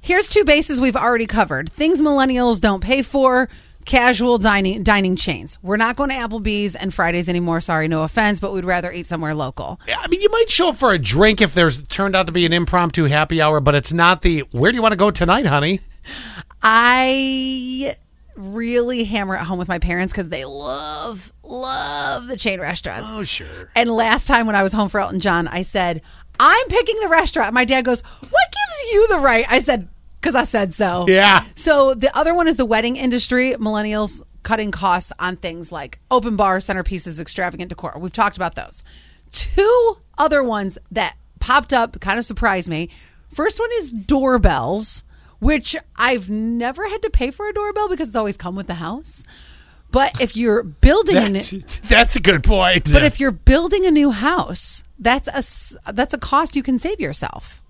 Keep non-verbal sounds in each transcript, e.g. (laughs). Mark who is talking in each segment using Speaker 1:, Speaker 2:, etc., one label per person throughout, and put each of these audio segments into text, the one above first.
Speaker 1: Here's two bases we've already covered: things millennials don't pay for, casual dining dining chains. We're not going to Applebee's and Fridays anymore. Sorry, no offense, but we'd rather eat somewhere local.
Speaker 2: I mean, you might show up for a drink if there's turned out to be an impromptu happy hour, but it's not the where do you want to go tonight, honey?
Speaker 1: I really hammer it home with my parents because they love love the chain restaurants.
Speaker 2: Oh, sure.
Speaker 1: And last time when I was home for Elton John, I said, I'm picking the restaurant. My dad goes, What gives you the right? I said, Because I said so.
Speaker 2: Yeah.
Speaker 1: So the other one is the wedding industry, millennials cutting costs on things like open bar, centerpieces, extravagant decor. We've talked about those. Two other ones that popped up kind of surprised me. First one is doorbells, which I've never had to pay for a doorbell because it's always come with the house. But if you're building an
Speaker 2: That's, that's a good point.
Speaker 1: but if you're building a new house, that's a s- that's a cost you can save yourself.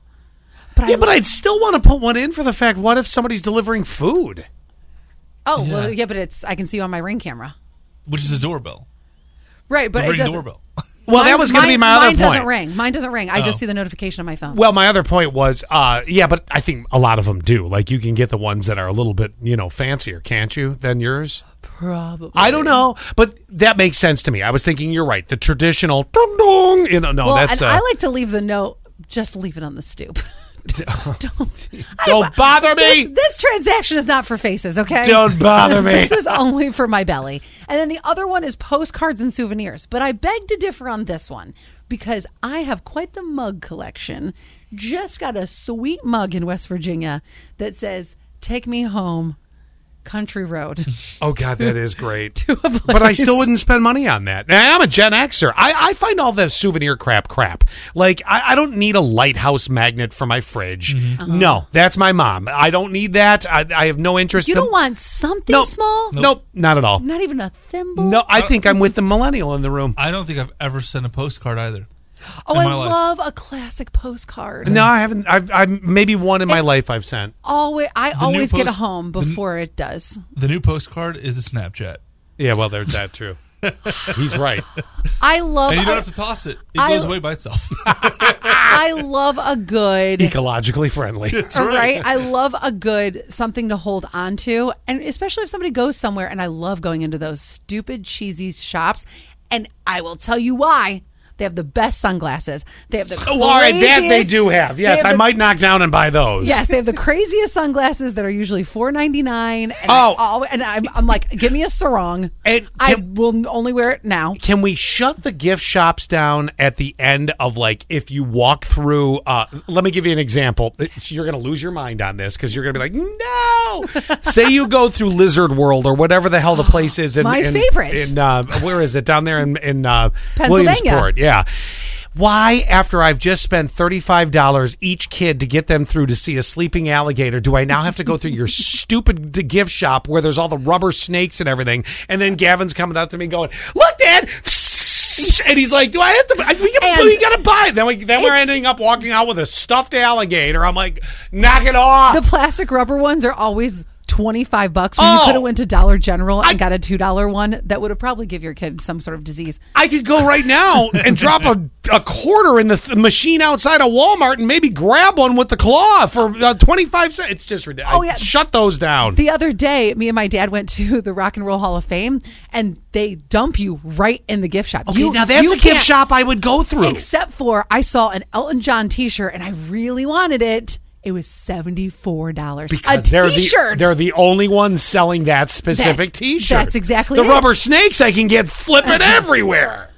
Speaker 1: But
Speaker 2: yeah, but I'd still want to put one in for the fact what if somebody's delivering food?
Speaker 1: oh well, yeah, but it's I can see you on my ring camera,
Speaker 3: which is a doorbell,
Speaker 1: right? But
Speaker 3: a
Speaker 1: it
Speaker 3: ring
Speaker 1: doesn't.
Speaker 3: doorbell. (laughs)
Speaker 2: Well,
Speaker 1: Mine-
Speaker 2: that was going to be
Speaker 1: mine-
Speaker 2: my other
Speaker 1: mine
Speaker 2: point. Oh.
Speaker 1: doesn't ring. Mine doesn't ring. I just see the notification on my phone.
Speaker 2: Well, my other point was, uh, yeah, but I think a lot of them do. Like, you can get the ones that are a little bit, you know, fancier, can't you, than yours?
Speaker 1: Probably.
Speaker 2: I don't know, but that makes sense to me. I was thinking you're right. The traditional, dong dong, you know, no,
Speaker 1: well,
Speaker 2: that's
Speaker 1: and
Speaker 2: uh,
Speaker 1: I like to leave the note. Just leave it on the
Speaker 2: (laughs)
Speaker 1: stoop. don't I-
Speaker 2: don't bother
Speaker 1: This,
Speaker 2: me.
Speaker 1: this transaction is not for faces, okay?
Speaker 2: Don't bother me.
Speaker 1: this is only for my belly. And then the other one is postcards and souvenirs. But I beg to differ on this one because I have quite the mug collection. Just got a sweet mug in West Virginia that says, Take me home, country
Speaker 2: (laughs)
Speaker 1: road.
Speaker 2: Oh God, that
Speaker 1: (laughs)
Speaker 2: is great.
Speaker 1: a place.
Speaker 2: But I still wouldn't spend money on that. And I'm a Gen Xer. I, I find all the souvenir crap crap. Like I, I don't need a lighthouse magnet for my fridge.
Speaker 1: Mm-hmm.
Speaker 2: No, that's my mom. I don't need that. I, I have no interest.
Speaker 1: You
Speaker 2: The-
Speaker 1: don't want something
Speaker 2: no,
Speaker 1: small?
Speaker 2: Nope. not at all.
Speaker 1: Not even a thimble?
Speaker 2: No, I think I'm with the millennial in the room.
Speaker 3: I don't think I've ever sent a postcard either.
Speaker 1: Oh,
Speaker 3: in
Speaker 1: I
Speaker 3: my life.
Speaker 1: love a classic postcard.
Speaker 2: No, I haven't. I've, I've maybe one in my life I've sent.
Speaker 1: Always, I
Speaker 3: new
Speaker 1: always get a
Speaker 3: post-
Speaker 1: home
Speaker 3: the n-
Speaker 1: before it does.
Speaker 3: The new postcard is a Snapchat,
Speaker 2: Yeah, well, there's
Speaker 1: (laughs)
Speaker 2: that too. He's right.
Speaker 1: I love.
Speaker 3: and you don't
Speaker 1: a-
Speaker 3: have to toss it; it
Speaker 1: I-
Speaker 3: goes away by itself.
Speaker 1: (laughs)
Speaker 2: (laughs)
Speaker 1: I love a good
Speaker 2: Ecologically friendly.
Speaker 1: All right. I love a good something to hold on to. And especially if somebody goes somewhere, and I love going into those stupid, cheesy shops. And I will tell you why. They have the best sunglasses. They have the
Speaker 2: Oh, all right, that they
Speaker 1: craziest-
Speaker 2: do have.
Speaker 1: they
Speaker 2: Yes, I
Speaker 1: the-
Speaker 2: might knock down and buy those.
Speaker 1: Yes, they have the craziest sunglasses that are usually four ninety nine.
Speaker 2: Oh.
Speaker 1: and I'm, I'm like, give me a sarong.
Speaker 2: And
Speaker 1: I
Speaker 2: can-
Speaker 1: will only wear it now.
Speaker 2: can we shut the gift shops down at the end of like if you walk through uh let me give you an example It's- you're gonna lose your mind on this because you're gonna be like
Speaker 1: (laughs)
Speaker 2: no say you go through lizard world or whatever the hell the place is
Speaker 1: (gasps)
Speaker 2: in
Speaker 1: My
Speaker 2: in-
Speaker 1: favorite.
Speaker 2: in uh where is it down there in in uh
Speaker 1: Pennsylvania.
Speaker 2: williamsport yeah why, after I've just spent $35 each kid to get them through to see a sleeping alligator, do I now have to go through your (laughs) stupid d- gift shop where there's all the rubber snakes and everything? And then Gavin's coming up to me going, Look, Dad! (laughs) And he's like, Do I have to? I- We gotta,
Speaker 1: And-
Speaker 2: we gotta buy it. Then, we, then we're
Speaker 1: It's-
Speaker 2: ending up walking out with a stuffed alligator. I'm like, Knock it off!
Speaker 1: The plastic rubber ones are always twenty five bucks. When you
Speaker 2: Oh.
Speaker 1: could have went to Dollar General and got a two dollar one, that would have probably give your kid some sort of disease.
Speaker 2: I could go right now and drop a, a quarter in the th- machine outside of Walmart and maybe grab one with the claw for uh, 25 cents. It's just ridiculous.
Speaker 1: Oh, yeah.
Speaker 2: Shut those down.
Speaker 1: The other day, me and my dad went to the Rock and Roll Hall of Fame, and they dump you right in the gift shop.
Speaker 2: okay,
Speaker 1: You-
Speaker 2: now that's
Speaker 1: you
Speaker 2: a gift
Speaker 1: can't-
Speaker 2: shop I would go through.
Speaker 1: Except for I saw an Elton John T-shirt, and I really wanted it. It was seventy four dollars. A
Speaker 2: Because they're
Speaker 1: T-shirt.
Speaker 2: The, they're the only ones selling that specific
Speaker 1: That's-
Speaker 2: T-shirt.
Speaker 1: that's exactly
Speaker 2: the
Speaker 1: it. (laughs)
Speaker 2: rubber snakes I can get flipping everywhere.